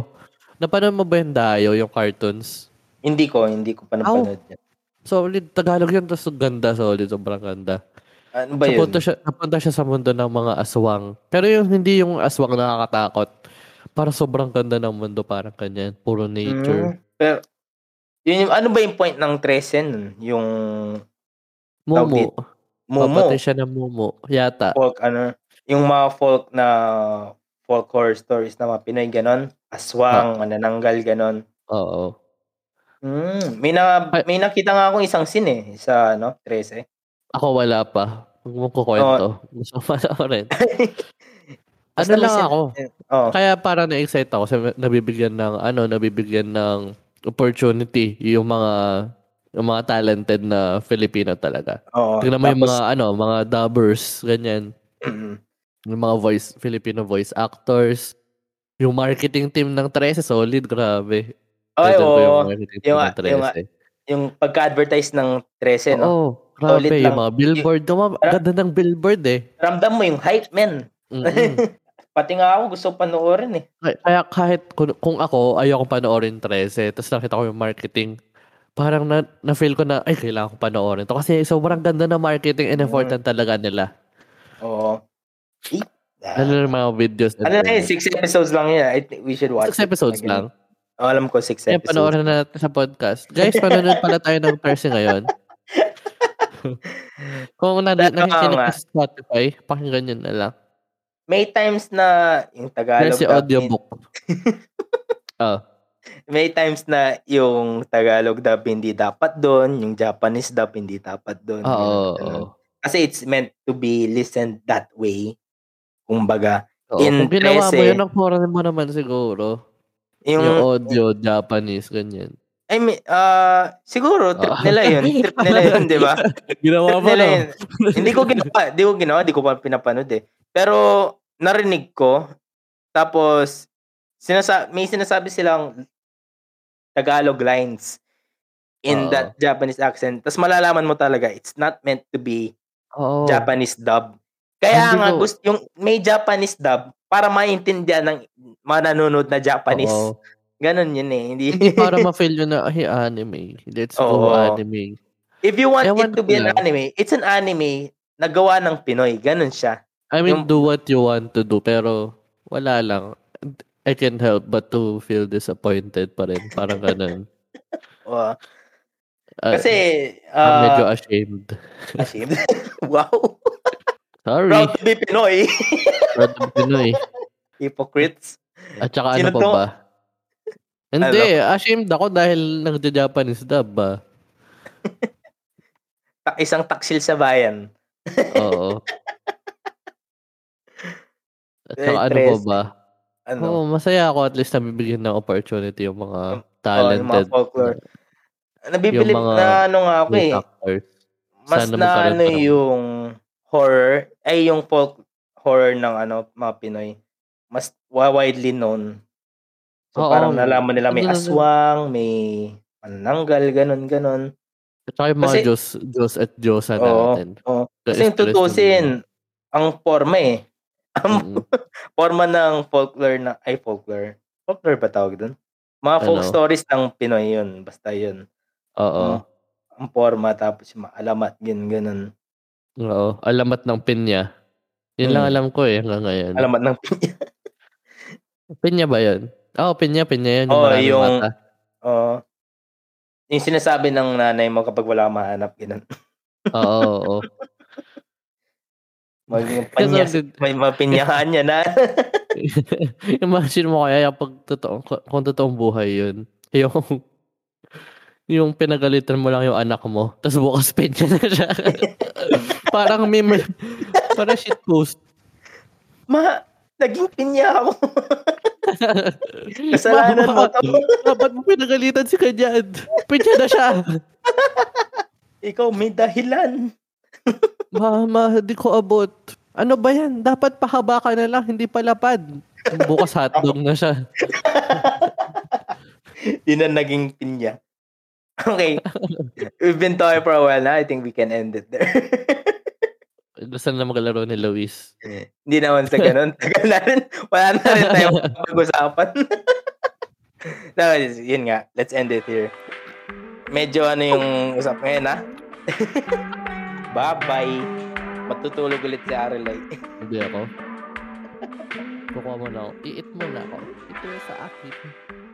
B: Napanood mo ba yung Dayo, yung cartoons?
C: Hindi ko, hindi ko pa napanood yan.
B: Solid, Tagalog yun, tapos ganda, solid, sobrang ganda.
C: Ano ba yun?
B: Napunta siya, napunta siya sa mundo ng mga aswang. Pero yung hindi yung aswang nakakatakot. Para sobrang ganda ng mundo, parang kanyan. Puro
C: Mm.
B: nature.
C: Pero, yun, yung- ano ba yung point ng 13 nun? Yung
B: Momo.
C: Momo.
B: Papatay siya ng Momo. Yata.
C: folk ano, yung mga folk na folk horror stories na mga Pinoy ganon,
B: Ah.
C: aswang, manananggal ganon.
B: Oo.
C: Mm, may na
B: Ay-
C: may nakita nga akong isang scene eh sa ano, 13.
B: Ako wala pa. Huwag mong kukwento. Gusto ko panoorin. ano
C: Basta may
B: lang
C: sin-
B: ako.
C: Oh,
B: Kaya parang na-excite ako kasi nabibigyan ng ano, nabibigyan ng opportunity yung mga yung mga talented na Filipino talaga.
C: oo.
B: Tingnan mo yung
C: Tapos,
B: mga ano, mga dubbers, ganyan. Yung mga voice Filipino voice actors. Yung marketing team ng 13 solid, grabe.
C: Ay,
B: Idol ko
C: oo.
B: marketing
C: Yung- yung- Yung pagka-advertise ng 13, no?
B: Oo, grabe.
C: Solid
B: Yung
C: lang.
B: mga billboard. Yung mga- ang ganda ng billboard eh.
C: Ramdam mo yung hype, men.
B: Mm-mm.
C: Pati nga ako gusto panoorin eh.
B: Kaya kaya kahit kung, kung ako, ayoko panoorin 13, tapos nakita ko yung marketing, parang na, na-feel ko na, ay, kailangan ko panoorin to. Kasi sobrang ganda na marketing and effortan talaga nila.
C: Oo. Eh, ah,
B: Lalo na yung mga videos. and
C: ano na yun,
B: things.
C: six episodes lang yun. ah. I think we should watch
B: Six episodes
C: Again.
B: lang.
C: Oh, alam ko, six
B: Kaya
C: episodes.
B: panoorin na natin sa podcast. Guys, panonood pala tayo ng Thursday ngayon. Kung na,
C: Pero
B: nakikinig
C: nga.
B: ka sa Spotify, pakinggan yun na lang.
C: May times na yung Tagalog
B: Thursday
C: dub,
B: audiobook. oh,
C: may times na yung Tagalog dub hindi dapat doon, yung Japanese dub hindi dapat doon.
B: oo, Ah, oo,
C: Ganun.
B: oo.
C: Kasi it's meant to be listened that way. Kumbaga,
B: Oo,
C: In
B: Kung ginawa mo
C: Trece.
B: yun, nakuha mo naman siguro.
C: yung,
B: Yung audio, Japanese, ganyan.
C: I mean, ah, siguro trip
B: Oo.
C: nila yun. Trip nila yun, di ba?
B: Ginawa
C: Trip nila yun. Hindi ko ginawa, hindi ko ginawa, hindi ko pa pinapanood eh. Pero narinig ko, tapos sinasa may sinasabi silang Tagalog lines in
B: Oo.
C: that Japanese accent. Tapos malalaman mo talaga, it's not meant to be
B: Oo.
C: Japanese dub. Kaya
B: Oh. Hindi
C: nga,
B: ko-
C: gusto, yung may Japanese dub para maintindihan ng mananonood na Japanese.
B: Oo.
C: Ganon yun eh. Hindi.
B: Hindi para ma-feel yun na, hey, anime. Let's
C: Oo.
B: go anime.
C: If you want
B: Ewan
C: it to
B: ko
C: be an
B: lang.
C: anime, it's an anime na gawa ng Pinoy. Ganon siya.
B: I
C: Yung-
B: mean, do what you want to do, pero wala lang. I can't help but to feel disappointed pa rin. Parang ganun.
C: Oo.
B: Ah,
C: Kasi,
B: I'm medyo ano.
C: uh,
B: ashamed.
C: ashamed. wow.
B: Sorry.
C: Proud to be Pinoy.
B: Proud of Pinoy.
C: Hypocrites.
B: At saka ano
C: Sino
B: pa
C: to?
B: ba? Hindi, ashamed ako dahil nagja-Japanese dub ah. ba?
C: Ta- isang taksil sa bayan.
B: Oo. At
C: Very
B: saka ano pa
C: interesting.
B: ba?
C: Ano?
B: Oo, masaya ako at least nabibigyan ng opportunity yung mga
C: Oo, oh, yung mga
B: talented Ah,
C: folklore. Nabibili
B: Yung mga-
C: na ano nga ako
B: voice
C: eh.
B: actors.
C: Mas
B: Sana
C: na
B: magkaroon
C: ano
B: pa ng-
C: yung horror, ay yung folk horror ng ano, mga Pinoy. Mas wa- widely known. So
B: Oo.
C: parang nalaman nila may
B: Ano na-
C: aswang, may mananggal, ganon, ganon.
B: At saka yung mga
C: Kasi-
B: Diyos, Diyos at Diyosa
C: Oo.
B: natin.
C: Oo. Kasi yung
B: The stress ng-
C: tutusin, ang forma eh. Ang
B: Mm-mm.
C: forma ng folklore na, ay folklore. Folklore ba tawag dun? Mga folk
B: Ano?
C: stories ng Pinoy yun. Basta yun.
B: Oo.
C: Mm. Ang forma tapos yung mga alamat, yun, ganun.
B: Oo. Alamat ng pinya. Yun lang
C: Mm.
B: alam ko eh hanggang ngayon.
C: Alamat ng pinya.
B: Pinya ba yun? Oo, pinya, pinya yun. Yung
C: Oo,
B: maraming
C: yung-
B: mata.
C: Oo. Yung sinasabi ng nanay mo kapag wala kang mahanap, ganun.
B: Oo, oo, oo.
C: Maging
B: Kasi
C: panyas. May mapinyahan niya na.
B: Imagine mo kaya yung pag totoo, kung totoong buhay yun. Yung, yung pinagalitan mo lang yung anak mo, tapos bukas pension na siya. parang meme, parang shit post.
C: Ma, naging pinya ako. Kasalanan mo to.
B: Dapat mo pinagalitan si kanya. Pinya na siya.
C: Ikaw may dahilan.
B: Mama, di ko abot. Ano ba yan? Dapat pahaba ka na lang, hindi palapad. Bukas hotdog na siya.
C: Yun ang naging pinya. Okay. We've been talking for a while na. I think we can end it there.
B: Saan na maglaro ni Luis?
C: Hindi naman sa ganun. Tagal na rin. Wala na rin tayong pag-usapan. no, it's- yun nga. Let's end it here. Medyo ano yung usap ngayon, ha? Bye-bye. Matutulog ulit si Arelay.
B: Hindi ako. Kukuha mo na ako. Iit mo na ako. Ito yung sa akin.